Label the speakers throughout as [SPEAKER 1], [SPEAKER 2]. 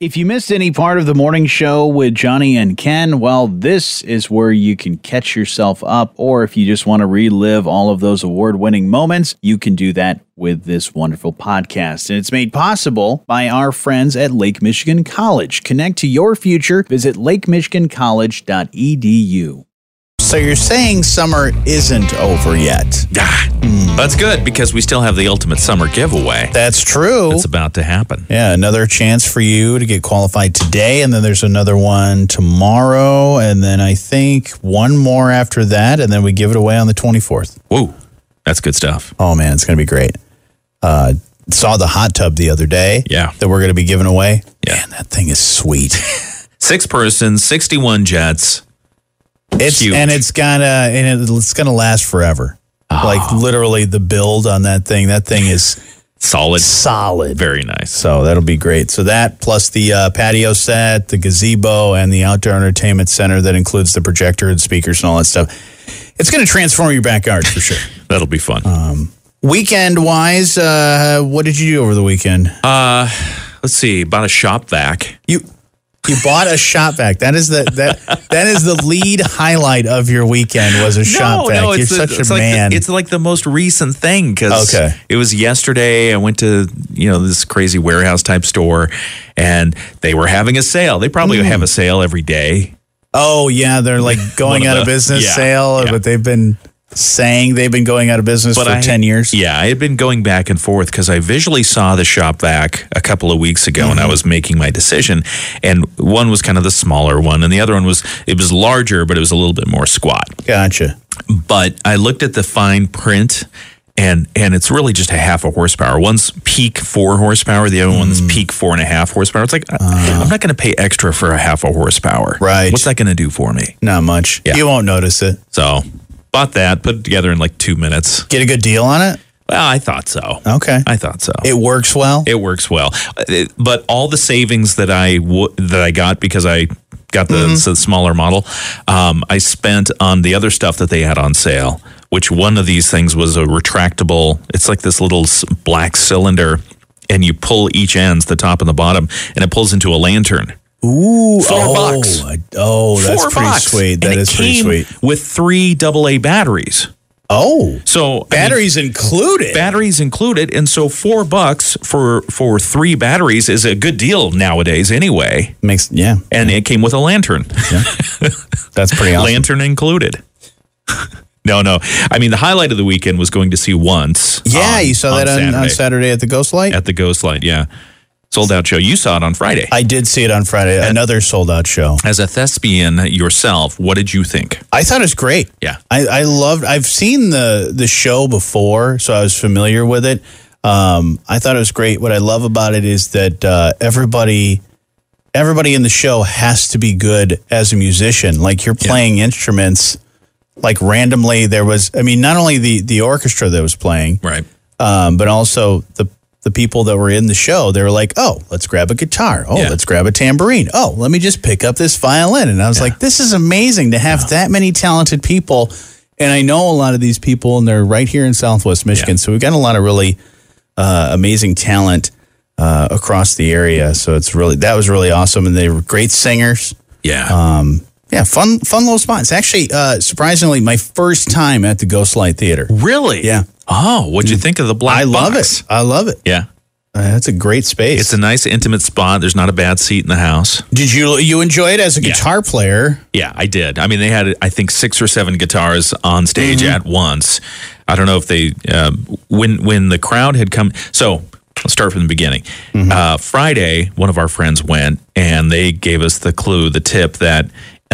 [SPEAKER 1] If you missed any part of the morning show with Johnny and Ken, well, this is where you can catch yourself up. Or if you just want to relive all of those award winning moments, you can do that with this wonderful podcast. And it's made possible by our friends at Lake Michigan College. Connect to your future. Visit lakemichigancollege.edu. So you're saying summer isn't over yet?
[SPEAKER 2] Ah, That's good because we still have the ultimate summer giveaway
[SPEAKER 1] That's true.
[SPEAKER 2] that's about to happen.
[SPEAKER 1] Yeah, another chance for you to get qualified today. And then there's another one tomorrow. And then I think one more after that. And then we give it away on the 24th.
[SPEAKER 2] Whoa, that's good stuff.
[SPEAKER 1] Oh, man, it's going to be great. Uh, saw the hot tub the other day
[SPEAKER 2] Yeah.
[SPEAKER 1] that we're going to be giving away.
[SPEAKER 2] Yeah.
[SPEAKER 1] Man, that thing is sweet.
[SPEAKER 2] Six persons, 61 jets.
[SPEAKER 1] It's
[SPEAKER 2] Huge.
[SPEAKER 1] and it's gonna and it, it's gonna last forever. Like
[SPEAKER 2] Ah.
[SPEAKER 1] literally the build on that thing. That thing is
[SPEAKER 2] Solid.
[SPEAKER 1] solid.
[SPEAKER 2] Very nice.
[SPEAKER 1] So that'll be great. So that plus the uh, patio set, the gazebo, and the outdoor entertainment center that includes the projector and speakers and all that stuff. It's going to transform your backyard for sure.
[SPEAKER 2] That'll be fun.
[SPEAKER 1] Uh. weekend wise, uh, what did you do over the weekend?
[SPEAKER 2] Let's see. Bought a shop vac.
[SPEAKER 1] you you bought a shop vac. That is the that that is the lead highlight of your weekend was a shop vac. You're
[SPEAKER 2] the-
[SPEAKER 1] such
[SPEAKER 2] it's
[SPEAKER 1] a
[SPEAKER 2] like the-
[SPEAKER 1] man.
[SPEAKER 2] it's like the most recent thing because
[SPEAKER 1] Okay.
[SPEAKER 2] it was yesterday. I went to you know this crazy warehouse type store, and they were having a sale. They
[SPEAKER 1] Mm.
[SPEAKER 2] probably have a sale every day.
[SPEAKER 1] oh yeah, they're like going
[SPEAKER 2] One of
[SPEAKER 1] out of
[SPEAKER 2] the-
[SPEAKER 1] business
[SPEAKER 2] yeah,
[SPEAKER 1] sale,
[SPEAKER 2] yeah.
[SPEAKER 1] but they've been saying they've been going out of business for
[SPEAKER 2] I-
[SPEAKER 1] ten years.
[SPEAKER 2] Yeah, I had been going back and forth because I visually saw the shop vac a couple of weeks ago,
[SPEAKER 1] Mm-hmm.
[SPEAKER 2] and I was making my decision. And one was kind of the smaller one, and the other one was it was larger, but it was a little bit more squat.
[SPEAKER 1] Gotcha.
[SPEAKER 2] But I looked at the fine print. And, and it's really just a half a horsepower. One's peak four horsepower, the other one's
[SPEAKER 1] Mm.
[SPEAKER 2] peak four and a half horsepower. It's like, I- I'm not going to pay extra for a half a horsepower.
[SPEAKER 1] Uh-huh. Right.
[SPEAKER 2] What's that going to do for me?
[SPEAKER 1] Not much.
[SPEAKER 2] Yeah.
[SPEAKER 1] You won't notice it.
[SPEAKER 2] So, bought that, put it together in like two minutes.
[SPEAKER 1] Get a good deal on it.
[SPEAKER 2] Well, I thought so.
[SPEAKER 1] Okay.
[SPEAKER 2] I thought so.
[SPEAKER 1] Oh. it works well.
[SPEAKER 2] it works well. Uh, it- But all the savings that I w- that I got because I got the,
[SPEAKER 1] Mm-hmm.
[SPEAKER 2] the smaller model, um, I spent on the other stuff that they had on sale. Which one of these things was a retractable? It's like this little s- black cylinder, and you pull each ends, the top and the bottom, and it pulls into a lantern.
[SPEAKER 1] Ooh,
[SPEAKER 2] Four
[SPEAKER 1] oh,
[SPEAKER 2] bucks.
[SPEAKER 1] I- oh, that's
[SPEAKER 2] Four
[SPEAKER 1] pretty
[SPEAKER 2] bucks.
[SPEAKER 1] sweet.
[SPEAKER 2] And
[SPEAKER 1] That
[SPEAKER 2] it
[SPEAKER 1] is pretty
[SPEAKER 2] came
[SPEAKER 1] sweet.
[SPEAKER 2] With three AA batteries.
[SPEAKER 1] Oh,
[SPEAKER 2] So I mean,
[SPEAKER 1] batteries included.
[SPEAKER 2] batteries included and so four bucks for for three batteries is a good deal nowadays anyway
[SPEAKER 1] Makes yeah,
[SPEAKER 2] and it came with a lantern
[SPEAKER 1] that's pretty awesome.
[SPEAKER 2] lantern included no no i mean the highlight of the weekend was going to see once
[SPEAKER 1] Yeah,
[SPEAKER 2] on-
[SPEAKER 1] you saw that on Saturday. on Saturday at the Ghost Light.
[SPEAKER 2] at the ghost light yeah sold out show you saw it on friday
[SPEAKER 1] I did see it on Friday. Another sold out show.
[SPEAKER 2] as a thespian yourself what did you think
[SPEAKER 1] I thought it was great.
[SPEAKER 2] yeah
[SPEAKER 1] I, I loved. I've seen the the show before, so I was familiar with it. Um, I thought it was great. What I love about it is that uh, everybody everybody in the show has to be good as a musician. Like you're playing instruments. Like randomly, there was. I mean, not only the the orchestra that was playing,
[SPEAKER 2] right
[SPEAKER 1] um, but also the the people that were in the show, they were like, "Oh, let's grab a guitar. Oh,
[SPEAKER 2] Yeah.
[SPEAKER 1] let's grab a tambourine. Oh, let me just pick up this violin." And I was like, "This is amazing to have that many talented people." And I know a lot of these people, and they're right here in Southwest Michigan, so we've got a lot of really uh, amazing talent uh, across the area. So it's really that was really awesome, and they were great singers.
[SPEAKER 2] yeah
[SPEAKER 1] Uh, Yeah, fun, fun little spots. Actually, uh, surprisingly, my first time at the Ghostlight Theater.
[SPEAKER 2] really
[SPEAKER 1] yeah. Mm.
[SPEAKER 2] oh what'd you think of the black
[SPEAKER 1] I love
[SPEAKER 2] box?
[SPEAKER 1] it. I love it.
[SPEAKER 2] yeah
[SPEAKER 1] Uh, that's a great space.
[SPEAKER 2] it's a nice intimate spot there's not a bad seat in the house
[SPEAKER 1] Did you you enjoy it as a guitar player?
[SPEAKER 2] Yeah, I did. I mean, they had I think six or seven guitars on stage at once. I don't know if they um, when when the crowd had come. So let's start from the beginning. Uh, Friday, one of our friends went and they gave us the clue, the tip that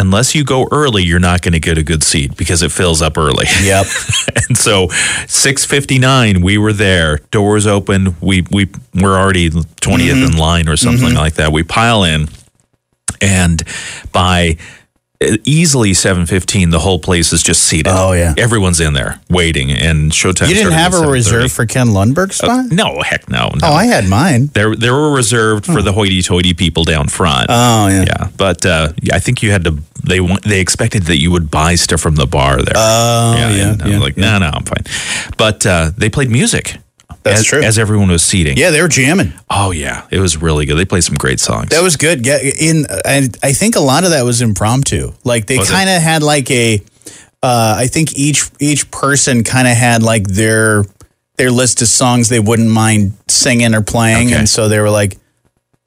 [SPEAKER 2] unless you go early, you're not going to get a good seat because it fills up early.
[SPEAKER 1] Yep.
[SPEAKER 2] and so 6:59 we were there doors open we we we're already 20th
[SPEAKER 1] Mm-hmm.
[SPEAKER 2] in line or something like that we pile in and by uh, easily 7:15 the whole place is just seated
[SPEAKER 1] Oh, yeah.
[SPEAKER 2] everyone's in there waiting and showtime
[SPEAKER 1] you didn't
[SPEAKER 2] started
[SPEAKER 1] have
[SPEAKER 2] at Oh. 7:30.
[SPEAKER 1] a reserve for Ken Lundberg's spot?
[SPEAKER 2] no heck no, no.
[SPEAKER 1] Oh, I had mine.
[SPEAKER 2] there there were reserved for the hoity-toity people down front
[SPEAKER 1] Oh yeah.
[SPEAKER 2] yeah, but uh, yeah, I think you had to. They want. They expected that you would buy stuff from the bar there.
[SPEAKER 1] Oh yeah.
[SPEAKER 2] and I'm like, no, no, I'm fine. But uh, they played music
[SPEAKER 1] That's
[SPEAKER 2] as,
[SPEAKER 1] true.
[SPEAKER 2] As everyone was seating.
[SPEAKER 1] Yeah, they were jamming.
[SPEAKER 2] Oh yeah, it was really good. They played some great songs.
[SPEAKER 1] That was good. Yeah, in I, I think a lot of that was impromptu. Like they
[SPEAKER 2] Was it?
[SPEAKER 1] kind of had like a, uh, I think each each person kind of had like their their list of songs they wouldn't mind singing or playing,
[SPEAKER 2] Okay.
[SPEAKER 1] and so they were like,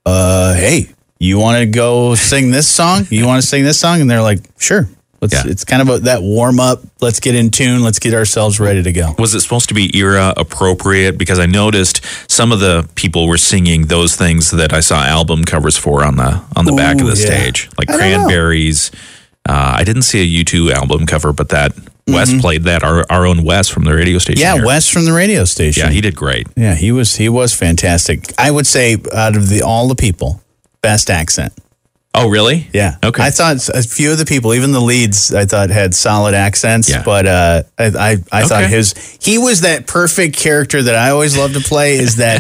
[SPEAKER 1] uh, "Hey, you want to go sing this song? You want to sing this song?" And they're like, "Sure." Let's,
[SPEAKER 2] Yeah.
[SPEAKER 1] It's kind of a, that warm up. Let's get in tune. Let's get ourselves ready to go.
[SPEAKER 2] was it supposed to be era appropriate? Because I noticed some of the people were singing those things that I saw album covers for on the on the back of
[SPEAKER 1] Ooh,
[SPEAKER 2] the
[SPEAKER 1] yeah.
[SPEAKER 2] stage, like
[SPEAKER 1] I don't know.
[SPEAKER 2] Cranberries. Uh, I didn't see a U2 album cover, but that Wes played that our our own Wes from the radio station.
[SPEAKER 1] Mm-hmm. Yeah,
[SPEAKER 2] here.
[SPEAKER 1] Wes from the radio station.
[SPEAKER 2] yeah, he did great.
[SPEAKER 1] Yeah, he was he was fantastic. I would say out of the all the people, best accent.
[SPEAKER 2] Oh, really?
[SPEAKER 1] Yeah.
[SPEAKER 2] Okay.
[SPEAKER 1] I thought a few of the people, even the leads, I thought had solid accents.
[SPEAKER 2] Yeah.
[SPEAKER 1] But uh, I I, I thought
[SPEAKER 2] Okay.
[SPEAKER 1] his he was that perfect character that I always love to play. Is that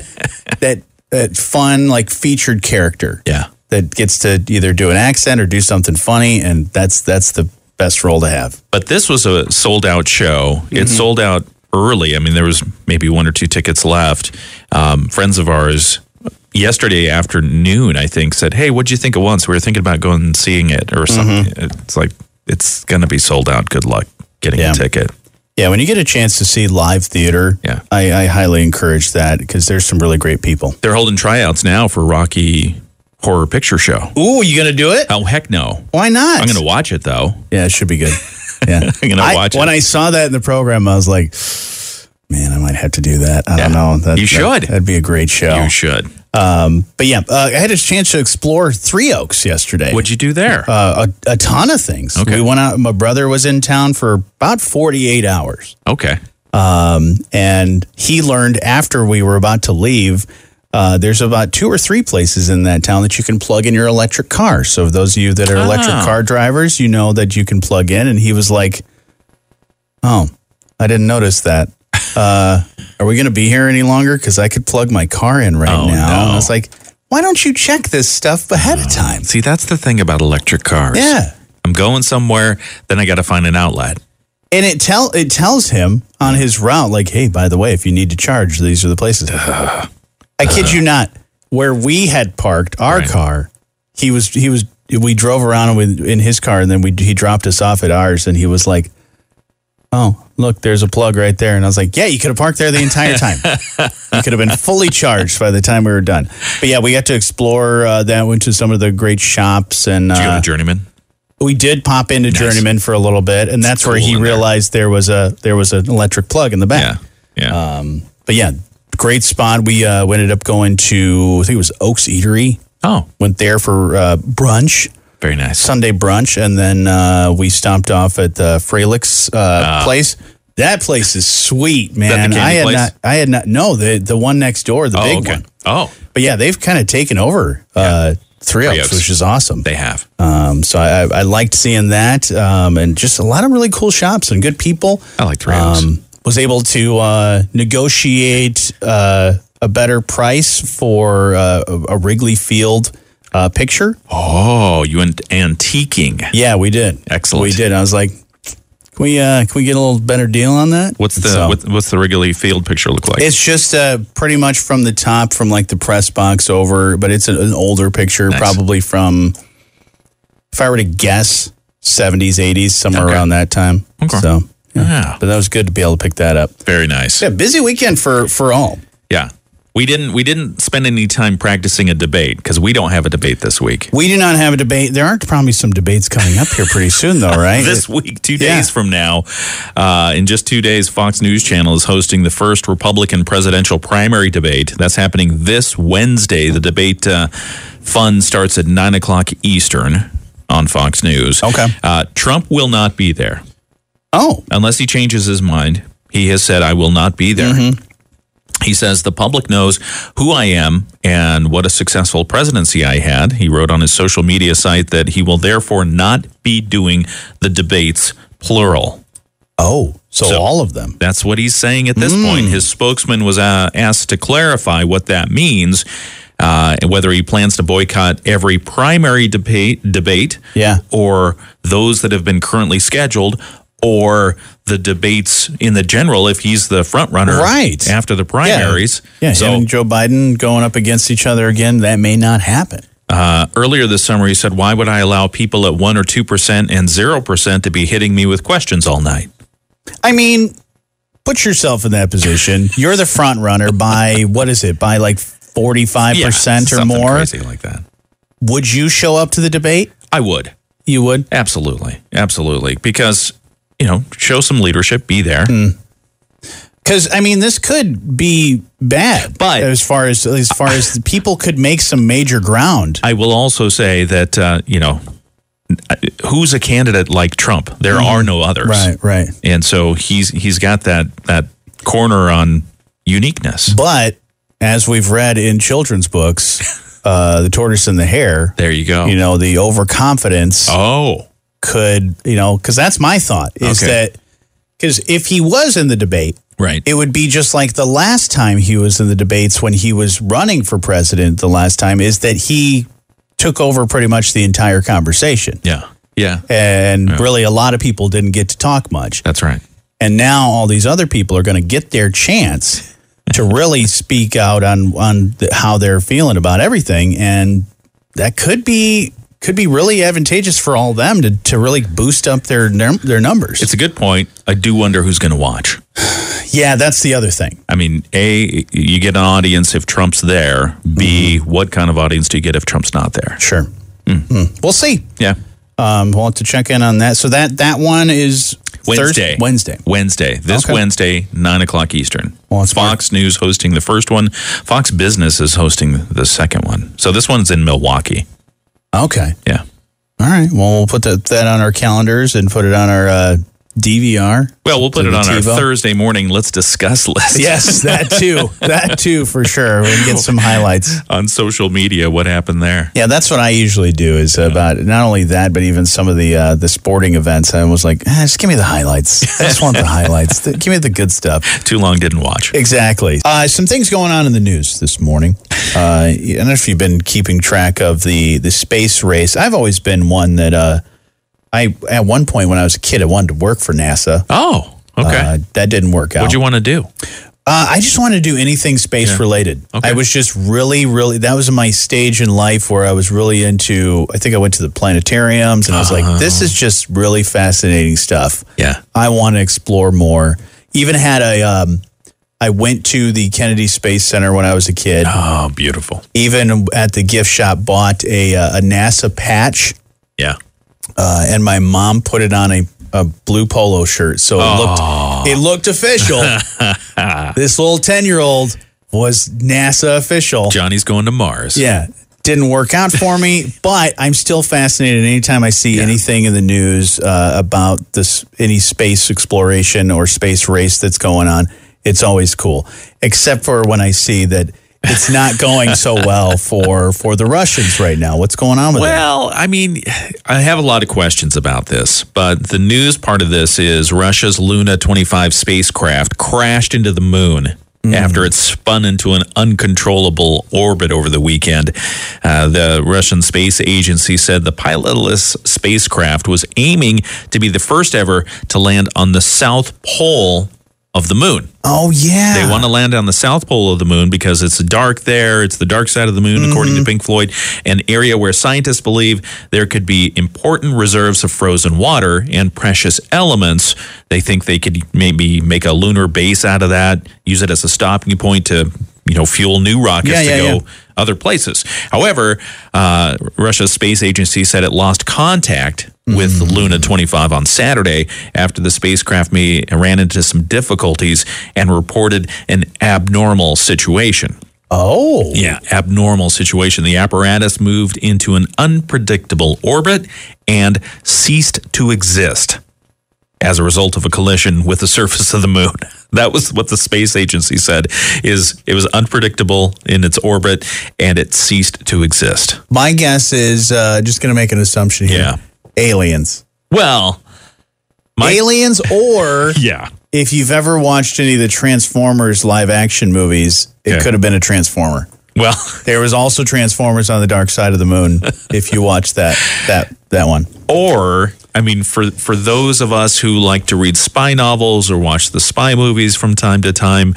[SPEAKER 1] that that fun like featured character?
[SPEAKER 2] Yeah.
[SPEAKER 1] That gets to either do an accent or do something funny, and that's that's the best role to have.
[SPEAKER 2] But this was a sold out show.
[SPEAKER 1] Mm-hmm.
[SPEAKER 2] It sold out early. I mean, there was maybe one or two tickets left. Um, friends of ours yesterday afternoon, I think, said, "Hey, what'd you think of once? We were thinking about going and seeing it
[SPEAKER 1] Mm-hmm.
[SPEAKER 2] or something." It's like it's going to be sold out. Good luck getting
[SPEAKER 1] Yeah.
[SPEAKER 2] a ticket.
[SPEAKER 1] Yeah, when you get a chance to see live theater,
[SPEAKER 2] Yeah.
[SPEAKER 1] I, I highly encourage that because there's some really great people.
[SPEAKER 2] They're holding tryouts now for Rocky Horror Picture Show.
[SPEAKER 1] Ooh, you gonna do it?
[SPEAKER 2] Oh heck no!
[SPEAKER 1] Why not?
[SPEAKER 2] I'm going to watch it though.
[SPEAKER 1] Yeah, it should be good. Yeah,
[SPEAKER 2] I'm gonna
[SPEAKER 1] I-
[SPEAKER 2] watch it.
[SPEAKER 1] When I saw that in the program, I was like, "Man, I might have to do that." I don't know. That,
[SPEAKER 2] You should.
[SPEAKER 1] That, would be a great show.
[SPEAKER 2] You should.
[SPEAKER 1] but yeah, uh, I had a chance to explore Three Oaks yesterday.
[SPEAKER 2] What'd you do there?
[SPEAKER 1] uh, a, a ton of things.
[SPEAKER 2] Okay.
[SPEAKER 1] We went out. My brother was in town for about forty-eight hours.
[SPEAKER 2] okay.
[SPEAKER 1] and he learned after we were about to leave. Uh, there's about two or three places in that town that you can plug in your electric car. So those of you that are electric
[SPEAKER 2] Ah.
[SPEAKER 1] car drivers, you know that you can plug in. And he was like, "Oh, I didn't notice that. Uh, are we going to be here any longer? Because I could plug my car in right
[SPEAKER 2] Oh,
[SPEAKER 1] now." And
[SPEAKER 2] no. Oh,
[SPEAKER 1] I was like, "Why don't you check this stuff ahead of time?"
[SPEAKER 2] See, that's the thing about electric cars.
[SPEAKER 1] Yeah.
[SPEAKER 2] I'm going somewhere, then I got to find an outlet.
[SPEAKER 1] And it tell it tells him on his route, like, hey, by the way, if you need to charge, these are the places. I kid you not. Where we had parked our
[SPEAKER 2] Right.
[SPEAKER 1] car, he was he was we drove around with in his car, and then we he dropped us off at ours, and he was like, "Oh, look, there's a plug right there," and I was like, "Yeah, you could have parked there the entire time. you could have been fully charged by the time we were done." But yeah, we got to explore uh, that. Went to some of the great shops and
[SPEAKER 2] Did you
[SPEAKER 1] uh,
[SPEAKER 2] go to Journeyman?
[SPEAKER 1] we did pop into Journeyman for a little bit, and that's where
[SPEAKER 2] cool
[SPEAKER 1] he
[SPEAKER 2] in there.
[SPEAKER 1] realized there. was a there was an electric plug in the
[SPEAKER 2] Yeah.
[SPEAKER 1] back.
[SPEAKER 2] Yeah.
[SPEAKER 1] Uh, But yeah, great spot. We uh, we ended up going to I think it was Oaks Eatery.
[SPEAKER 2] oh,
[SPEAKER 1] Went there for uh, brunch,
[SPEAKER 2] very nice.
[SPEAKER 1] Sunday brunch, and then uh, we stomped off at the Frelix uh,
[SPEAKER 2] Ah.
[SPEAKER 1] place. That place is sweet, man.
[SPEAKER 2] candy
[SPEAKER 1] I had
[SPEAKER 2] place?
[SPEAKER 1] not I had not no the the one next door, the
[SPEAKER 2] Oh,
[SPEAKER 1] big
[SPEAKER 2] okay.
[SPEAKER 1] one.
[SPEAKER 2] Oh,
[SPEAKER 1] But yeah, they've kind of taken over uh, Three
[SPEAKER 2] Three
[SPEAKER 1] Oaks,
[SPEAKER 2] Oaks.
[SPEAKER 1] which is awesome.
[SPEAKER 2] they have.
[SPEAKER 1] Um, so I, I I liked seeing that, um, and just a lot of really cool shops and good people.
[SPEAKER 2] I like three Oaks.
[SPEAKER 1] Um, was able to uh, negotiate uh, a better price for uh, a- a Wrigley Field uh, picture.
[SPEAKER 2] oh, you went antiquing.
[SPEAKER 1] Yeah, we did.
[SPEAKER 2] Excellent.
[SPEAKER 1] We did. I was like, can we uh, can we get a little better deal on that?
[SPEAKER 2] What's the
[SPEAKER 1] So-
[SPEAKER 2] what, what's the Wrigley Field picture look like?
[SPEAKER 1] It's just uh, pretty much from the top, from like the press box over, but it's an, an older picture, probably from, if I were to guess, 70s, 80s, somewhere
[SPEAKER 2] Okay.
[SPEAKER 1] around that time. So, yeah.
[SPEAKER 2] yeah,
[SPEAKER 1] But that was good to be able to pick that up.
[SPEAKER 2] very nice.
[SPEAKER 1] Yeah, busy weekend for for all.
[SPEAKER 2] Yeah, we didn't we didn't spend any time practicing a debate because we don't have a debate this week.
[SPEAKER 1] We do not have a debate. There aren't probably some debates coming up here pretty soon, though, right?
[SPEAKER 2] This week, two
[SPEAKER 1] Yeah.
[SPEAKER 2] days from now, uh, in just two days, Fox News Channel is hosting the first Republican presidential primary debate. That's happening this Wednesday. The debate uh, fun starts at nine o'clock Eastern on Fox News.
[SPEAKER 1] Okay.
[SPEAKER 2] Uh, Trump will not be there.
[SPEAKER 1] oh,
[SPEAKER 2] unless he changes his mind. He has said, I will not be there. He says, The public knows who I am and what a successful presidency I had. He wrote on his social media site that he will therefore not be doing the debates, plural.
[SPEAKER 1] oh, so,
[SPEAKER 2] So-
[SPEAKER 1] all of them.
[SPEAKER 2] That's what he's saying at this
[SPEAKER 1] Hmm.
[SPEAKER 2] point. His spokesman was uh, asked to clarify what that means. Uh, and whether he plans to boycott every primary debate, debate
[SPEAKER 1] Yeah.
[SPEAKER 2] or those that have been currently scheduled, or the debates in the general if he's the front runner
[SPEAKER 1] Right.
[SPEAKER 2] after the primaries.
[SPEAKER 1] Yeah,
[SPEAKER 2] So
[SPEAKER 1] him and Joe Biden going up against each other again, that may not happen.
[SPEAKER 2] Uh, earlier this summer, he said, Why would I allow people at 1 or 2% and 0% to be hitting me with questions all night?
[SPEAKER 1] I mean, put yourself in that position. You're the front runner by what is it? By like 45% or
[SPEAKER 2] something
[SPEAKER 1] more.
[SPEAKER 2] Crazy like that.
[SPEAKER 1] Would you show up to the debate?
[SPEAKER 2] I would.
[SPEAKER 1] You would.
[SPEAKER 2] Absolutely. Absolutely. Because, you know, show some leadership, be there.
[SPEAKER 1] Hmm. Cuz I mean, this could be bad.
[SPEAKER 2] But-
[SPEAKER 1] as far as as far as the people could make some major ground.
[SPEAKER 2] I will also say that, uh, you know, who's a candidate like Trump? There are no others.
[SPEAKER 1] Hmm. right.
[SPEAKER 2] And so he's he's got that that corner on uniqueness.
[SPEAKER 1] But as we've read in children's books, uh, The Tortoise and the Hare,
[SPEAKER 2] There you go.
[SPEAKER 1] you know, the overconfidence
[SPEAKER 2] oh,
[SPEAKER 1] could, you know, because that's my thought is
[SPEAKER 2] Okay.
[SPEAKER 1] that because if he was in the debate,
[SPEAKER 2] right.
[SPEAKER 1] it would be just like the last time he was in the debates when he was running for president. The last time is that he took over pretty much the entire conversation,
[SPEAKER 2] yeah. Yeah.
[SPEAKER 1] and really a lot of people didn't get to talk much.
[SPEAKER 2] That's right.
[SPEAKER 1] And now all these other people are going to get their chance to really speak out on on the, how they're feeling about everything, and that could be could be really advantageous for all of them to, to really boost up their num- their numbers.
[SPEAKER 2] It's a good point. I do wonder who's going to watch.
[SPEAKER 1] yeah, that's the other thing.
[SPEAKER 2] I mean, A, you get an audience if Trump's there. B,
[SPEAKER 1] Hmm.
[SPEAKER 2] what kind of audience do you get if Trump's not there?
[SPEAKER 1] Sure,
[SPEAKER 2] Hmm.
[SPEAKER 1] Mm. we'll see.
[SPEAKER 2] Yeah.
[SPEAKER 1] Um, we'll have to check in on that. So that that one is
[SPEAKER 2] Wednesday.
[SPEAKER 1] Thursday, Wednesday.
[SPEAKER 2] Wednesday. This
[SPEAKER 1] Okay.
[SPEAKER 2] Wednesday, 9 o'clock Eastern.
[SPEAKER 1] Well, it's
[SPEAKER 2] Fox News hosting the first one. Fox Business is hosting the second one. So this one's in Milwaukee.
[SPEAKER 1] Okay.
[SPEAKER 2] Yeah.
[SPEAKER 1] All right. Well, we'll put that, that on our calendars and put it on our uh, DVR.
[SPEAKER 2] Well, we'll put
[SPEAKER 1] To
[SPEAKER 2] it
[SPEAKER 1] the
[SPEAKER 2] on our
[SPEAKER 1] TiVo.
[SPEAKER 2] Thursday morning Let's Discuss list.
[SPEAKER 1] Yes, that too. that too for sure. We can get some highlights.
[SPEAKER 2] on social media, what happened there?
[SPEAKER 1] Yeah, that's what I usually do. Is about not only that, but even some of the uh, the sporting events. I was like, "Ah, just give me the highlights. I just want the highlights. Th- Give me the good stuff.
[SPEAKER 2] Too long didn't watch.
[SPEAKER 1] Exactly. Uh, some things going on in the news this morning. Uh, I don't know if you've been keeping track of the the space race. I've always been one that uh, I at one point when I was a kid, I wanted to work for NASA.
[SPEAKER 2] Oh, okay.
[SPEAKER 1] Uh, that didn't work out.
[SPEAKER 2] What'd you want to do?
[SPEAKER 1] Uh, I just wanted to do anything space related.
[SPEAKER 2] Okay.
[SPEAKER 1] I was just really, really, that was my stage in life where I was really into, I think I went to the planetariums and I was like,
[SPEAKER 2] Ah.
[SPEAKER 1] this is just really fascinating stuff.
[SPEAKER 2] Yeah.
[SPEAKER 1] I want to explore more. Even had a, um, I went to the Kennedy Space Center when I was a kid.
[SPEAKER 2] Oh, beautiful.
[SPEAKER 1] Even at the gift shop, bought a, uh, a NASA patch
[SPEAKER 2] Yeah.
[SPEAKER 1] uh, and my mom put it on a, a blue polo shirt, so it looked it looked official. this little ten year old was NASA official.
[SPEAKER 2] Johnny's going to Mars.
[SPEAKER 1] Yeah, didn't work out for me, but I'm still fascinated. Anytime I see anything in the news uh, about this any space exploration or space race that's going on, it's always cool. Except for when I see that. It's not going so well for for the Russians right now. What's going on with it?
[SPEAKER 2] Well, I mean, I have a lot of questions about this, but the news part of this is Russia's Luna 25 spacecraft crashed into the moon
[SPEAKER 1] Mm.
[SPEAKER 2] after it spun into an uncontrollable orbit over the weekend. Uh, the Russian Space Agency said the pilotless spacecraft was aiming to be the first ever to land on the South Pole of the moon.
[SPEAKER 1] Oh yeah,
[SPEAKER 2] They want to land on the south pole of the moon because it's dark there. It's the dark side of the moon, according to Pink Floyd, an area where scientists believe there could be important reserves of frozen water and precious elements. They think they could maybe make a lunar base out of that, use it as a stopping point to, you know, fuel new rockets
[SPEAKER 1] Yeah,
[SPEAKER 2] to
[SPEAKER 1] yeah,
[SPEAKER 2] go
[SPEAKER 1] yeah.
[SPEAKER 2] other places. However, uh, Russia's space agency said it lost contact with
[SPEAKER 1] Mm-hmm.
[SPEAKER 2] Luna 25 on Saturday after the spacecraft may, ran into some difficulties and reported an abnormal situation.
[SPEAKER 1] oh
[SPEAKER 2] Yeah, abnormal situation. The apparatus moved into an unpredictable orbit and ceased to exist as a result of a collision with the surface of the moon. That was what the space agency said is it was unpredictable in its orbit and it ceased to exist.
[SPEAKER 1] My guess is uh, just going to make an assumption here.
[SPEAKER 2] Yeah.
[SPEAKER 1] Aliens.
[SPEAKER 2] Well, I-
[SPEAKER 1] Aliens, or
[SPEAKER 2] yeah.
[SPEAKER 1] if you've ever watched any of the Transformers live action movies, it
[SPEAKER 2] Yeah.
[SPEAKER 1] could have been a Transformer.
[SPEAKER 2] Well,
[SPEAKER 1] There was also Transformers on the Dark Side of the Moon. if you watch that that that one.
[SPEAKER 2] or I mean, for for those of us who like to read spy novels or watch the spy movies from time to time,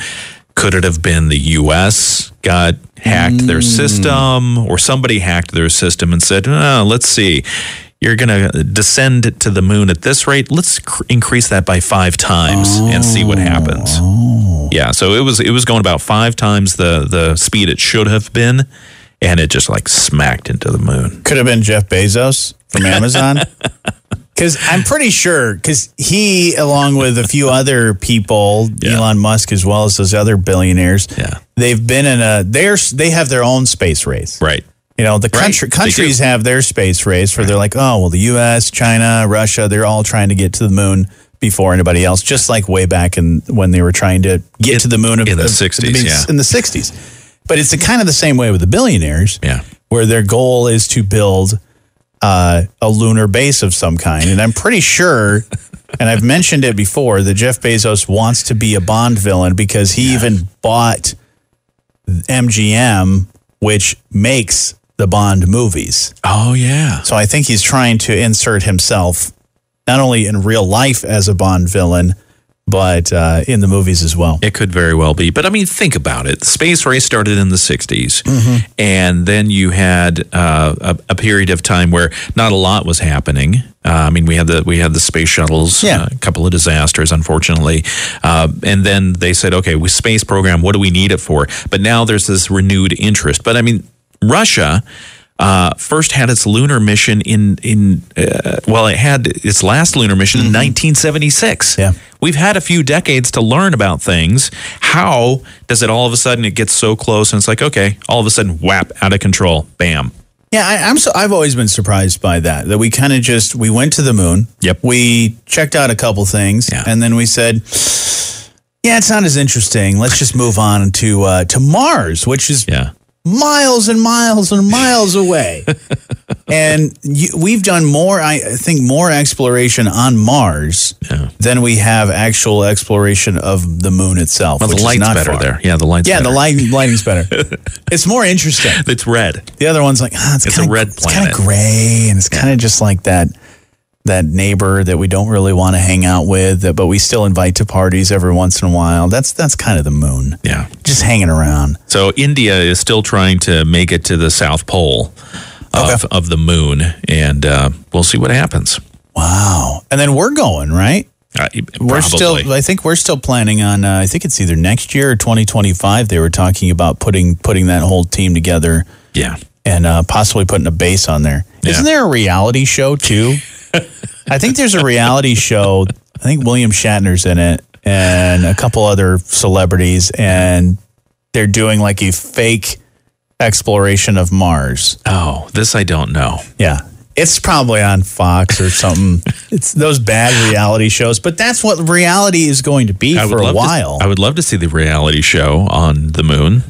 [SPEAKER 2] could it have been the U.S. got hacked their system, or somebody hacked their system and said, oh, "Let's see." You're going to descend to the moon at this rate. Let's cr- increase that by five times and see what happens. Yeah, so it was it was going about five times the the speed it should have been, and it just like smacked into the moon.
[SPEAKER 1] Could have been Jeff Bezos from Amazon. Because I'm pretty sure, because he, along with a few other people,
[SPEAKER 2] Yeah.
[SPEAKER 1] Elon Musk, as well as those other billionaires,
[SPEAKER 2] Yeah.
[SPEAKER 1] they've been in a, they're, they have their own space race.
[SPEAKER 2] Right.
[SPEAKER 1] You know, the country,
[SPEAKER 2] They do.
[SPEAKER 1] countries have their space race where they're like, oh, well, the US, China, Russia, they're all trying to get to the moon before anybody else, just like way back in when they were trying to get to the moon of,
[SPEAKER 2] in the
[SPEAKER 1] of-
[SPEAKER 2] 60s,
[SPEAKER 1] being-
[SPEAKER 2] yeah.
[SPEAKER 1] In the 60s. But it's the, kind of the same way with the billionaires
[SPEAKER 2] Yeah.
[SPEAKER 1] where their goal is to build uh, a lunar base of some kind. And I'm pretty sure, and I've mentioned it before, that Jeff Bezos wants to be a Bond villain because he even bought MGM, which makes the Bond movies.
[SPEAKER 2] Oh yeah.
[SPEAKER 1] So I think he's trying to insert himself not only in real life as a Bond villain, but uh, in the movies as well.
[SPEAKER 2] It could very well be. But I mean, think about it. The space race started in the 60s. And then you had uh, a, a period of time where not a lot was happening. Uh, I mean, we had the we had the space shuttles,
[SPEAKER 1] Yeah.
[SPEAKER 2] Uh, a couple of disasters, unfortunately. Uh, and then they said, okay, we space program, what do we need it for? But now there's this renewed interest. But I mean, Russia. Uh, first had its lunar mission in in uh, well it had its last lunar mission in 1976
[SPEAKER 1] Mm-hmm. Yeah.
[SPEAKER 2] we've had a few decades to learn about things. How does it all of a sudden it gets so close and it's like, okay, all of a sudden, whap, out of control, bam.
[SPEAKER 1] Yeah, I, I'm so I've always been surprised by that. That we kind of just we went to the moon.
[SPEAKER 2] Yep.
[SPEAKER 1] We checked out a couple things,
[SPEAKER 2] Yeah.
[SPEAKER 1] and then we said, "Yeah, it's not as interesting. Let's just move on to uh, to Mars, which is
[SPEAKER 2] Yeah.
[SPEAKER 1] miles and miles and miles away." and you, we've done more, I think, more exploration on Mars
[SPEAKER 2] Yeah.
[SPEAKER 1] than we have actual exploration of the moon itself.
[SPEAKER 2] Well,
[SPEAKER 1] which
[SPEAKER 2] the
[SPEAKER 1] is
[SPEAKER 2] light's
[SPEAKER 1] not
[SPEAKER 2] better
[SPEAKER 1] far.
[SPEAKER 2] there. Yeah, the light's
[SPEAKER 1] Yeah,
[SPEAKER 2] better.
[SPEAKER 1] the light, lighting's better. it's more interesting.
[SPEAKER 2] It's red.
[SPEAKER 1] The other one's like, ah, it's,
[SPEAKER 2] It's
[SPEAKER 1] kinda,
[SPEAKER 2] a red
[SPEAKER 1] It's kind
[SPEAKER 2] planet.
[SPEAKER 1] of gray, and it's kind of just like that that neighbor that we don't really want to hang out with, that, but we still invite to parties every once in a while. That's that's kind of the moon,
[SPEAKER 2] Yeah.
[SPEAKER 1] just hanging around.
[SPEAKER 2] So India is still trying to make it to the South Pole of, of the moon, and uh, we'll see what happens.
[SPEAKER 1] Wow. And then we're going right.
[SPEAKER 2] Uh, probably.
[SPEAKER 1] We're still. I think we're still planning on. Uh, I think it's either next year or 2025. They were talking about putting putting that whole team together
[SPEAKER 2] yeah.
[SPEAKER 1] and uh, possibly putting a base on there.
[SPEAKER 2] Yeah.
[SPEAKER 1] not there a reality show too? I think there's a reality show. I think William Shatner's in it and a couple other celebrities, and they're doing like a fake exploration of Mars.
[SPEAKER 2] Oh, this I don't know.
[SPEAKER 1] Yeah. It's probably on Fox or something. it's those bad reality shows, but that's what reality is going to be
[SPEAKER 2] I would
[SPEAKER 1] for a
[SPEAKER 2] love to-
[SPEAKER 1] while.
[SPEAKER 2] I would love to see the reality show on the moon.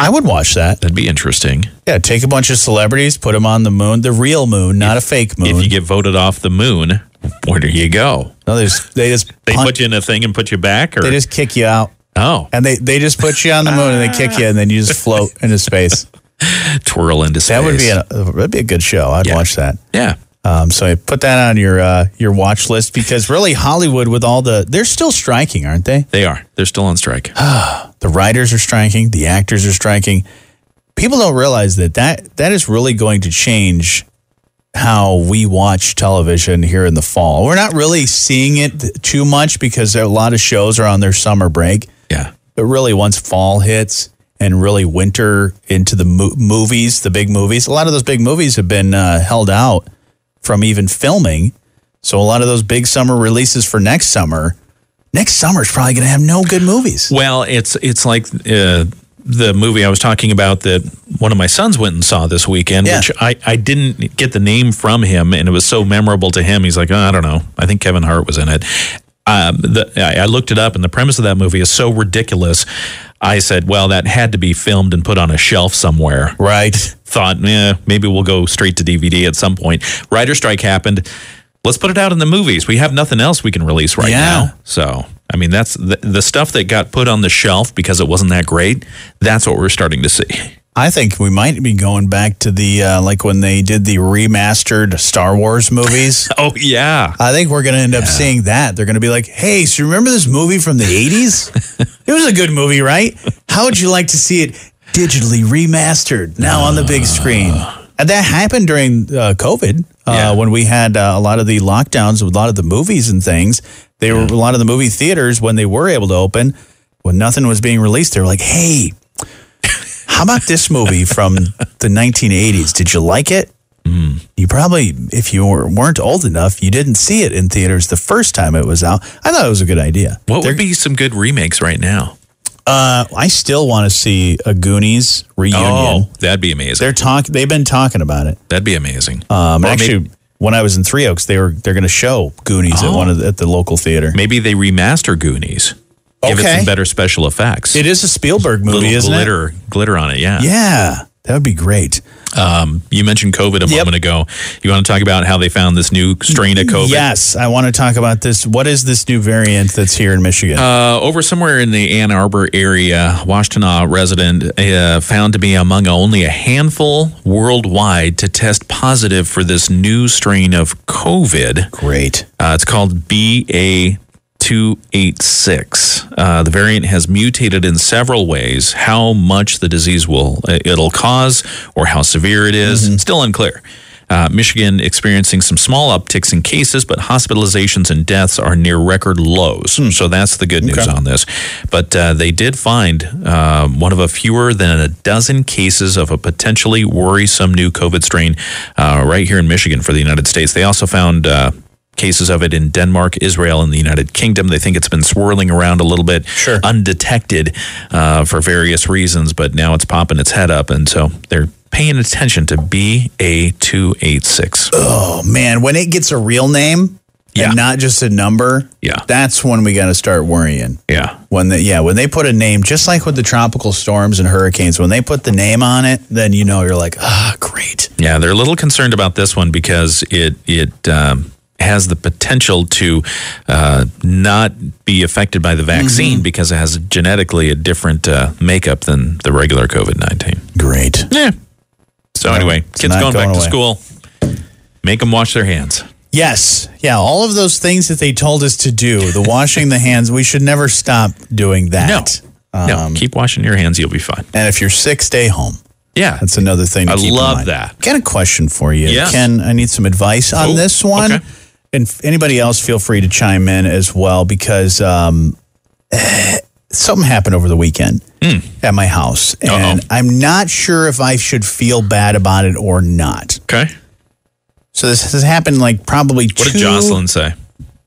[SPEAKER 1] I would watch that.
[SPEAKER 2] That'd be interesting.
[SPEAKER 1] Yeah, take a bunch of celebrities, put them on the moon, the real moon, not a fake moon.
[SPEAKER 2] If you get voted off the moon, where do you go?
[SPEAKER 1] no, they just, they just
[SPEAKER 2] They
[SPEAKER 1] punt-
[SPEAKER 2] put you in a thing and put you back, or
[SPEAKER 1] They just kick you out.
[SPEAKER 2] oh,
[SPEAKER 1] And they, they just put you on the moon and they kick you and then you just float into space.
[SPEAKER 2] twirl into space.
[SPEAKER 1] That would be a that'd be a good show. I'd
[SPEAKER 2] Yeah.
[SPEAKER 1] watch that.
[SPEAKER 2] yeah,
[SPEAKER 1] Um, so I put that on your uh, your watch list because really Hollywood with all the they're still striking, aren't they?
[SPEAKER 2] they are. They're still on strike.
[SPEAKER 1] The writers are striking, the actors are striking. People don't realize that that, that is really going to change how we watch television here in the fall. We're not really seeing it too much because there, a lot of shows are on their summer break.
[SPEAKER 2] yeah,
[SPEAKER 1] But really, once fall hits and really winter into the mo- movies, the big movies, a lot of those big movies have been uh, held out from even filming. So a lot of those big summer releases for next summer, next summer's probably going to have no good movies.
[SPEAKER 2] Well, it's it's like uh, the movie I was talking about that one of my sons went and saw this weekend,
[SPEAKER 1] Yeah.
[SPEAKER 2] which I, I didn't get the name from him, and it was so memorable to him. He's like, "Oh, I don't know. I think Kevin Hart was in it. Um, the, I I looked it up, and the premise of that movie is so ridiculous. I said, well, that had to be filmed and put on a shelf somewhere.
[SPEAKER 1] Right.
[SPEAKER 2] thought, eh, maybe we'll go straight to DVD at some point. Writer strike happened. Let's put it out in the movies. We have nothing else we can release right
[SPEAKER 1] Yeah.
[SPEAKER 2] now. So, I mean, that's the, the stuff that got put on the shelf because it wasn't that great. That's what we're starting to see.
[SPEAKER 1] I think we might be going back to the uh, like when they did the remastered Star Wars movies.
[SPEAKER 2] Oh yeah.
[SPEAKER 1] I think we're going to end up seeing that. They're going to be like, "Hey, so you remember this movie from the 80s? it was a good movie, right? How would you like to see it digitally remastered now on the
[SPEAKER 2] Uh.
[SPEAKER 1] big screen?" And that happened during uh, COVID uh,
[SPEAKER 2] Yeah.
[SPEAKER 1] when we had uh, a lot of the lockdowns with a lot of the movies and things. They were a lot of the movie theaters when they were able to open, when nothing was being released, they were like, "Hey, how about this movie from the 1980s? Did you like it?
[SPEAKER 2] Hmm.
[SPEAKER 1] You probably, if you were, weren't old enough, you didn't see it in theaters the first time it was out. I thought it was a good idea.
[SPEAKER 2] What would be some good remakes right now?
[SPEAKER 1] Uh, I still want to see a Goonies reunion.
[SPEAKER 2] Oh, that'd be amazing.
[SPEAKER 1] They're talk. They've been talking about it.
[SPEAKER 2] That'd be amazing.
[SPEAKER 1] Um,
[SPEAKER 2] Or
[SPEAKER 1] actually,
[SPEAKER 2] maybe, Oh.
[SPEAKER 1] when I was in Three Oaks, they were they're going to show Goonies at one of the, at the local theater.
[SPEAKER 2] maybe they remaster Goonies. Give it
[SPEAKER 1] Okay.
[SPEAKER 2] some better special effects.
[SPEAKER 1] It is a Spielberg movie,
[SPEAKER 2] Little
[SPEAKER 1] isn't
[SPEAKER 2] glitter, glitter on it. Yeah.
[SPEAKER 1] it? Yeah, that would be great.
[SPEAKER 2] You mentioned COVID a moment ago. You want to talk about how they found this new strain of COVID?
[SPEAKER 1] Yes, I want to talk about this. What is this new variant that's here in Michigan?
[SPEAKER 2] Uh, over somewhere in the Ann Arbor area, Washtenaw resident uh, found to be among only a handful worldwide to test positive for this new strain of COVID.
[SPEAKER 1] great.
[SPEAKER 2] Uh, it's called BA286. Uh, the variant has mutated in several ways. How much the disease will uh, it'll cause or how severe it is, still unclear. Uh, Michigan experiencing some small upticks in cases, but hospitalizations and deaths are near record lows. So that's the good news on this. But uh, they did find uh, one of a fewer than a dozen cases of a potentially worrisome new COVID strain uh, right here in Michigan for the United States. They also found uh, cases of it in Denmark, Israel, and the United Kingdom. They think it's been swirling around a little bit,
[SPEAKER 1] Sure.
[SPEAKER 2] undetected uh, for various reasons, but now it's popping its head up, and so they're paying attention to BA286.
[SPEAKER 1] Oh man, when it gets a real name
[SPEAKER 2] Yeah.
[SPEAKER 1] and not just a number,
[SPEAKER 2] Yeah.
[SPEAKER 1] that's when we got to start worrying.
[SPEAKER 2] Yeah.
[SPEAKER 1] When the, yeah, when they put a name, just like with the tropical storms and hurricanes, when they put the name on it, then you know you're like, ah, great.
[SPEAKER 2] Yeah, they're a little concerned about this one because it it um, has the potential to uh, not be affected by the vaccine because it has genetically a different uh, makeup than the regular COVID nineteen.
[SPEAKER 1] Great.
[SPEAKER 2] Yeah. So anyway,
[SPEAKER 1] it's
[SPEAKER 2] kids
[SPEAKER 1] not
[SPEAKER 2] going, back to
[SPEAKER 1] going away.
[SPEAKER 2] school. Make them wash their hands.
[SPEAKER 1] Yes. Yeah, all of those things that they told us to do, the washing the hands, we should never stop doing that.
[SPEAKER 2] No,
[SPEAKER 1] Um,
[SPEAKER 2] no, keep washing your hands. You'll be fine.
[SPEAKER 1] And if you're sick, stay home.
[SPEAKER 2] Yeah,
[SPEAKER 1] That's another thing to
[SPEAKER 2] I
[SPEAKER 1] keep in
[SPEAKER 2] love
[SPEAKER 1] mind.
[SPEAKER 2] that.
[SPEAKER 1] Got a question for you,
[SPEAKER 2] Yes.
[SPEAKER 1] Ken. I need some advice on
[SPEAKER 2] Oh,
[SPEAKER 1] this one,
[SPEAKER 2] okay.
[SPEAKER 1] and f- anybody else, feel free to chime in as well because um, something happened over the weekend
[SPEAKER 2] Hmm.
[SPEAKER 1] at my house, and I'm not sure if I should feel bad about it or not.
[SPEAKER 2] okay.
[SPEAKER 1] So this has happened like probably
[SPEAKER 2] What
[SPEAKER 1] two.
[SPEAKER 2] did Jocelyn say?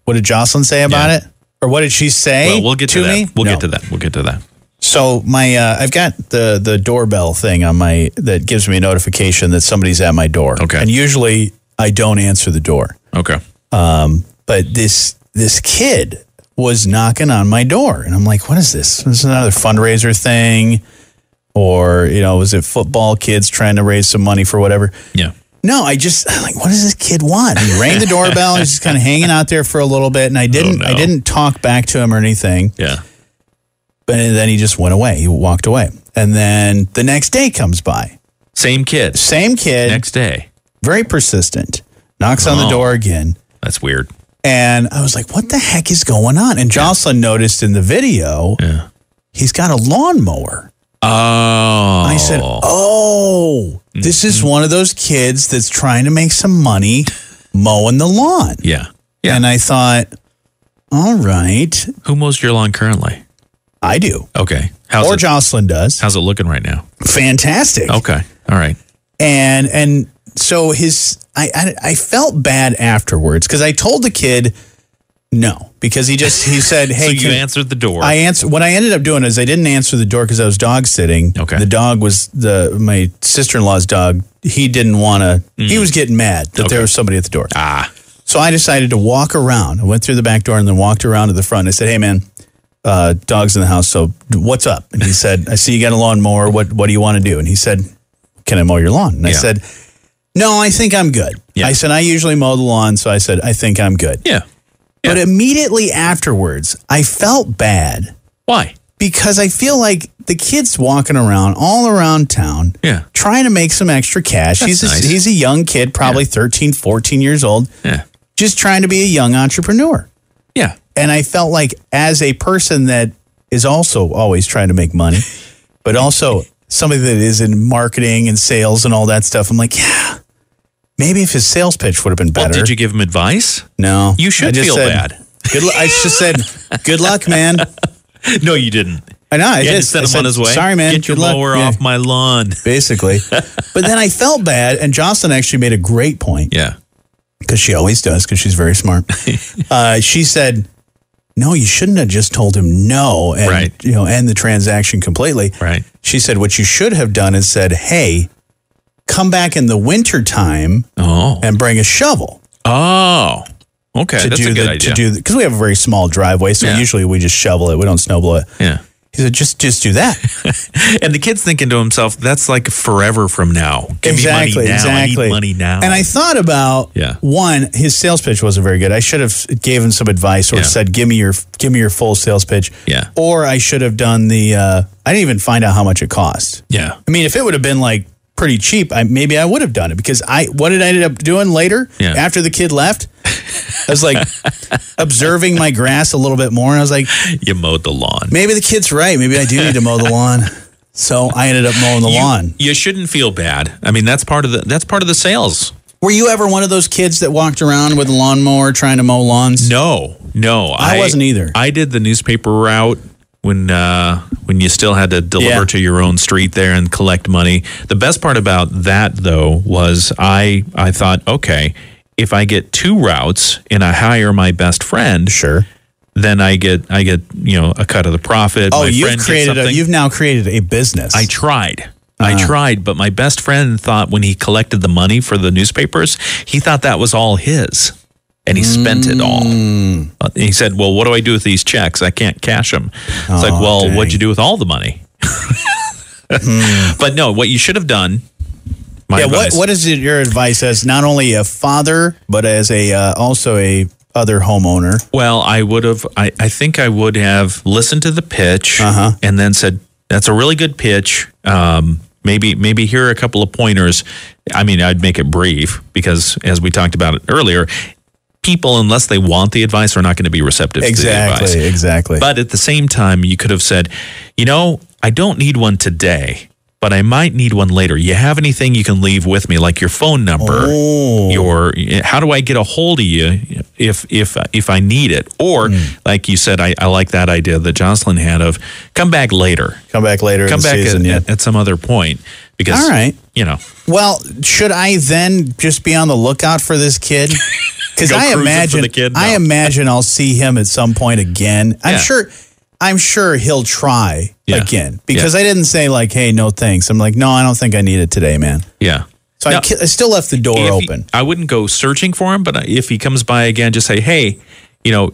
[SPEAKER 1] What did Jocelyn say about it, or what did she say?
[SPEAKER 2] Well, we'll get to, that.
[SPEAKER 1] me?
[SPEAKER 2] We'll
[SPEAKER 1] No.
[SPEAKER 2] get to that. We'll get to that.
[SPEAKER 1] So my uh, I've got the the doorbell thing on my that gives me a notification that somebody's at my door.
[SPEAKER 2] Okay.
[SPEAKER 1] And usually I don't answer the door.
[SPEAKER 2] Okay.
[SPEAKER 1] But this this kid was knocking on my door and I'm like, what is this? This is another fundraiser thing or you know, was it football kids trying to raise some money for whatever?
[SPEAKER 2] Yeah.
[SPEAKER 1] No, I just I'm like what does this kid want? He rang the doorbell. He's just kind of hanging out there for a little bit, and I didn't I
[SPEAKER 2] Oh, no.
[SPEAKER 1] didn't talk back to him or anything.
[SPEAKER 2] Yeah.
[SPEAKER 1] But then he just went away. He walked away. And then the next day comes by.
[SPEAKER 2] Same kid.
[SPEAKER 1] Same kid,
[SPEAKER 2] Next day.
[SPEAKER 1] very persistent, knocks on
[SPEAKER 2] Oh.
[SPEAKER 1] the door again.
[SPEAKER 2] That's weird.
[SPEAKER 1] And I was like, what the heck is going on? And Jocelyn noticed in the video,
[SPEAKER 2] Yeah.
[SPEAKER 1] he's got a lawnmower.
[SPEAKER 2] Oh. I
[SPEAKER 1] I said,
[SPEAKER 2] Oh.
[SPEAKER 1] oh, this
[SPEAKER 2] Mm-hmm.
[SPEAKER 1] is one of those kids that's trying to make some money mowing the lawn.
[SPEAKER 2] Yeah. Yeah.
[SPEAKER 1] And I thought, all right,
[SPEAKER 2] Who mows your lawn currently?
[SPEAKER 1] I do.
[SPEAKER 2] Okay. How's
[SPEAKER 1] or
[SPEAKER 2] it?
[SPEAKER 1] Jocelyn does.
[SPEAKER 2] How's it looking right now?
[SPEAKER 1] Fantastic.
[SPEAKER 2] Okay. All right.
[SPEAKER 1] and and so his I I, I felt bad afterwards because I told the kid no because he just he said hey
[SPEAKER 2] so you
[SPEAKER 1] can-
[SPEAKER 2] answered the door.
[SPEAKER 1] I answer what I ended up doing is I didn't answer the door because I was dog sitting.
[SPEAKER 2] Okay.
[SPEAKER 1] the dog was the my sister in law's dog. He didn't want to. He was getting mad that there was somebody at the door.
[SPEAKER 2] Mm. ah.
[SPEAKER 1] So I decided to walk around. I went through the back door and then walked around to the front. I said, "Hey, man, uh, dog's in the house. So what's up?" And he said, "I see you got a lawnmower. What What do you want to do?" And he said, "Can I mow your lawn?" And I
[SPEAKER 2] Yeah.
[SPEAKER 1] said, "No, I think I'm good."
[SPEAKER 2] Yeah.
[SPEAKER 1] I said, "I usually mow the lawn, so I said I think I'm good."
[SPEAKER 2] Yeah.
[SPEAKER 1] But immediately afterwards, I felt bad
[SPEAKER 2] Why?
[SPEAKER 1] because I feel like the kid's walking around all around town
[SPEAKER 2] Yeah.
[SPEAKER 1] trying to make some extra cash. he's, a,
[SPEAKER 2] nice.
[SPEAKER 1] he's a young kid, probably thirteen, fourteen 13, 14 years old,
[SPEAKER 2] Yeah.
[SPEAKER 1] just trying to be a young entrepreneur.
[SPEAKER 2] Yeah.
[SPEAKER 1] And I felt like as a person that is also always trying to make money, but also somebody that is in marketing and sales and all that stuff, I'm like, yeah, maybe if his sales pitch would have been
[SPEAKER 2] Well,
[SPEAKER 1] better.
[SPEAKER 2] did you give him advice?
[SPEAKER 1] no.
[SPEAKER 2] You should
[SPEAKER 1] I just
[SPEAKER 2] feel
[SPEAKER 1] said,
[SPEAKER 2] bad.
[SPEAKER 1] Good lu- I just said, good luck, man.
[SPEAKER 2] No, you didn't.
[SPEAKER 1] I know. I
[SPEAKER 2] You had to
[SPEAKER 1] just
[SPEAKER 2] send him
[SPEAKER 1] I
[SPEAKER 2] on
[SPEAKER 1] said,
[SPEAKER 2] his way.
[SPEAKER 1] Sorry, man.
[SPEAKER 2] Get your
[SPEAKER 1] good luck."
[SPEAKER 2] mower
[SPEAKER 1] Yeah,
[SPEAKER 2] off my lawn.
[SPEAKER 1] basically. but then I felt bad, and Jocelyn actually made a great point
[SPEAKER 2] Yeah.
[SPEAKER 1] because she always does because she's very smart. uh, she said, "No, you shouldn't have just told him no and
[SPEAKER 2] Right.
[SPEAKER 1] you know end the transaction completely."
[SPEAKER 2] Right.
[SPEAKER 1] She said, "What you should have done is said, hey, come back in the winter time
[SPEAKER 2] Oh.
[SPEAKER 1] and bring a shovel."
[SPEAKER 2] Oh. Okay.
[SPEAKER 1] To
[SPEAKER 2] That's
[SPEAKER 1] do
[SPEAKER 2] a good
[SPEAKER 1] the
[SPEAKER 2] idea.
[SPEAKER 1] to do because we have a very small driveway, so
[SPEAKER 2] Yeah.
[SPEAKER 1] usually we just shovel it. We don't snowblow it.
[SPEAKER 2] yeah.
[SPEAKER 1] He said, "Just just do that."
[SPEAKER 2] And the kid's thinking to himself, that's like forever from now. Give me money now. I need money now.
[SPEAKER 1] And I thought about
[SPEAKER 2] Yeah.
[SPEAKER 1] one, his sales pitch wasn't very good. I should have gave him some advice
[SPEAKER 2] Yeah.
[SPEAKER 1] or said, "Give me your give me your full sales pitch."
[SPEAKER 2] Yeah.
[SPEAKER 1] Or I should have done the. Uh, I didn't even find out how much it cost.
[SPEAKER 2] yeah.
[SPEAKER 1] I mean, if it would have been like pretty cheap, I maybe I would have done it because I what did I end up doing later
[SPEAKER 2] Yeah.
[SPEAKER 1] after the kid left? I was like observing my grass a little bit more, and I was like,
[SPEAKER 2] You mowed the lawn.
[SPEAKER 1] maybe the kid's right. Maybe I do need to mow the lawn. So I ended up mowing the
[SPEAKER 2] You-
[SPEAKER 1] lawn.
[SPEAKER 2] You, shouldn't feel bad. I mean, that's part of the that's part of the sales.
[SPEAKER 1] Were you ever one of those kids that walked around with a lawnmower trying to mow lawns?
[SPEAKER 2] No, no,
[SPEAKER 1] I wasn't either.
[SPEAKER 2] I did the newspaper route when uh, when you still had to deliver
[SPEAKER 1] Yeah.
[SPEAKER 2] to your own street there and collect money. The best part about that though was I I thought okay. If I get two routes and I hire my best friend,
[SPEAKER 1] Sure.
[SPEAKER 2] then I get I get you know a cut of the profit.
[SPEAKER 1] Oh,
[SPEAKER 2] My
[SPEAKER 1] you've
[SPEAKER 2] friend gets
[SPEAKER 1] created a,
[SPEAKER 2] something.
[SPEAKER 1] you've now created a business.
[SPEAKER 2] I tried.
[SPEAKER 1] Uh-huh.
[SPEAKER 2] I tried, but my best friend thought when he collected the money for the newspapers, he thought that was all his. And he spent it all.
[SPEAKER 1] Mm.
[SPEAKER 2] Uh, He said, Well, what do I do with these checks? I can't cash them. It's like, Well, what'd you do with all the money? But no, what you should have done. My
[SPEAKER 1] Hmm. yeah. What
[SPEAKER 2] advice-
[SPEAKER 1] what is it, your advice as not only a father but as a uh, also a other homeowner?
[SPEAKER 2] Well, I would have, I, I think I would have listened to the pitch and then said, that's a really good pitch. Um, maybe, maybe here are a couple of pointers. I mean, I'd make it brief because as we talked about it earlier, people, unless they want the advice, are not going to be receptive to the advice.
[SPEAKER 1] Exactly. Exactly.
[SPEAKER 2] But at the same time, you could have said, you know, I don't need one today, but I might need one later. You have anything you can leave with me, like your phone number,
[SPEAKER 1] Oh.
[SPEAKER 2] your how do I get a hold of you if if if I need it? Or
[SPEAKER 1] Hmm.
[SPEAKER 2] like you said, I, I like that idea that Jocelyn had of come back later,
[SPEAKER 1] come back later. in
[SPEAKER 2] come
[SPEAKER 1] the
[SPEAKER 2] back
[SPEAKER 1] season,
[SPEAKER 2] at,
[SPEAKER 1] yeah.
[SPEAKER 2] at, at some other point because
[SPEAKER 1] All right.
[SPEAKER 2] you know
[SPEAKER 1] Well, should I then just be on the lookout for this kid? Because
[SPEAKER 2] Go
[SPEAKER 1] I
[SPEAKER 2] cruising for
[SPEAKER 1] imagine
[SPEAKER 2] the kid?
[SPEAKER 1] I
[SPEAKER 2] No.
[SPEAKER 1] imagine I'll see him at some point again. I'm
[SPEAKER 2] Yeah.
[SPEAKER 1] sure I'm sure he'll try
[SPEAKER 2] Yeah.
[SPEAKER 1] again because I didn't say like, "Hey, no thanks." I'm like, "No, I don't think I need it today, man."
[SPEAKER 2] yeah.
[SPEAKER 1] So I,
[SPEAKER 2] No.
[SPEAKER 1] ki- I still left the door
[SPEAKER 2] if he-
[SPEAKER 1] open.
[SPEAKER 2] I wouldn't go searching for him, but if he comes by again, just say, hey, you know,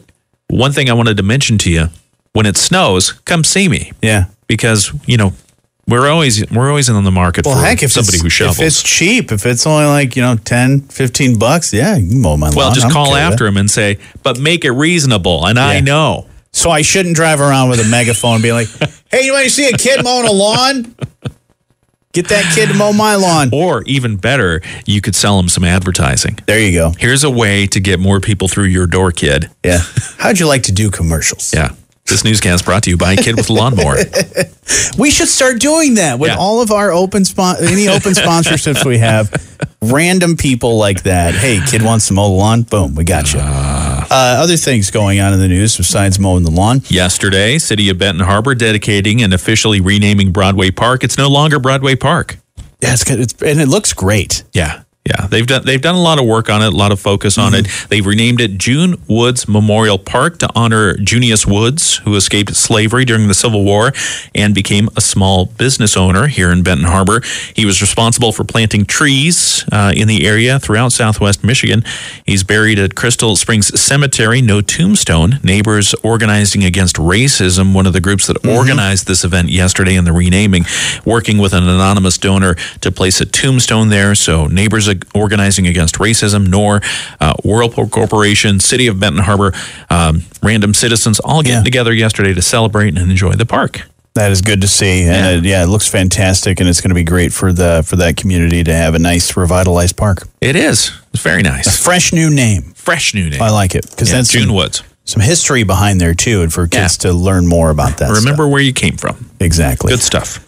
[SPEAKER 2] one thing I wanted to mention to you: when it snows, come see me
[SPEAKER 1] yeah.
[SPEAKER 2] because you know we're always we're always in the market
[SPEAKER 1] Well,
[SPEAKER 2] for
[SPEAKER 1] heck, if
[SPEAKER 2] somebody
[SPEAKER 1] it's,
[SPEAKER 2] who
[SPEAKER 1] if
[SPEAKER 2] shovels.
[SPEAKER 1] it's cheap, if it's only like you know 10, 15 bucks, yeah, you can mow my lawn.
[SPEAKER 2] Well,
[SPEAKER 1] I
[SPEAKER 2] just
[SPEAKER 1] don't
[SPEAKER 2] call
[SPEAKER 1] care.
[SPEAKER 2] after him and say, but make it reasonable. And I
[SPEAKER 1] Yeah.
[SPEAKER 2] know.
[SPEAKER 1] So I shouldn't drive around with a megaphone and be like, hey, you want to see a kid mowing a lawn? Get that kid to mow my lawn.
[SPEAKER 2] Or even better, you could sell him some advertising.
[SPEAKER 1] There you go.
[SPEAKER 2] Here's a way to get more people through your door, kid.
[SPEAKER 1] Yeah. How'd you like to do commercials?
[SPEAKER 2] Yeah. This newscast brought to you by Kid with a Lawnmower.
[SPEAKER 1] We should start doing that with
[SPEAKER 2] Yeah.
[SPEAKER 1] all of our open spon- any open sponsorships we have. Random people like that. Hey, kid wants to mow the lawn. Boom, we got you.
[SPEAKER 2] Ah.
[SPEAKER 1] Uh, other things going on in the news besides mowing the lawn.
[SPEAKER 2] Yesterday, City of Benton Harbor dedicating and officially renaming Broadway Park. It's no longer Broadway Park.
[SPEAKER 1] Yeah, it's good. It's, and it looks great.
[SPEAKER 2] Yeah. Yeah, they've done they've done a lot of work on it, a lot of focus on it. They've renamed it June Woods Memorial Park to honor Junius Woods, who escaped slavery during the Civil War and became a small business owner here in Benton Harbor. He was responsible for planting trees uh, in the area throughout Southwest Michigan. He's buried at Crystal Springs Cemetery. No tombstone. Neighbors organizing against racism, one of the groups that organized this event yesterday and the renaming, working with an anonymous donor to place a tombstone there. So neighbors ag- organizing against racism, nor uh, Whirlpool Corporation, City of Benton Harbor, um, random citizens all getting
[SPEAKER 1] Yeah.
[SPEAKER 2] together yesterday to celebrate and enjoy the park.
[SPEAKER 1] That is good to see, and yeah, it, yeah, it looks fantastic, and it's going to be great for the for that community to have a nice revitalized park.
[SPEAKER 2] It is. It's very nice.
[SPEAKER 1] Fresh new name,
[SPEAKER 2] Fresh new name.
[SPEAKER 1] I like it because
[SPEAKER 2] Yeah,
[SPEAKER 1] that's
[SPEAKER 2] June
[SPEAKER 1] some,
[SPEAKER 2] Woods.
[SPEAKER 1] some history behind there too, and for kids to learn more about that.
[SPEAKER 2] Remember where you came from.
[SPEAKER 1] stuff. exactly.
[SPEAKER 2] Good stuff.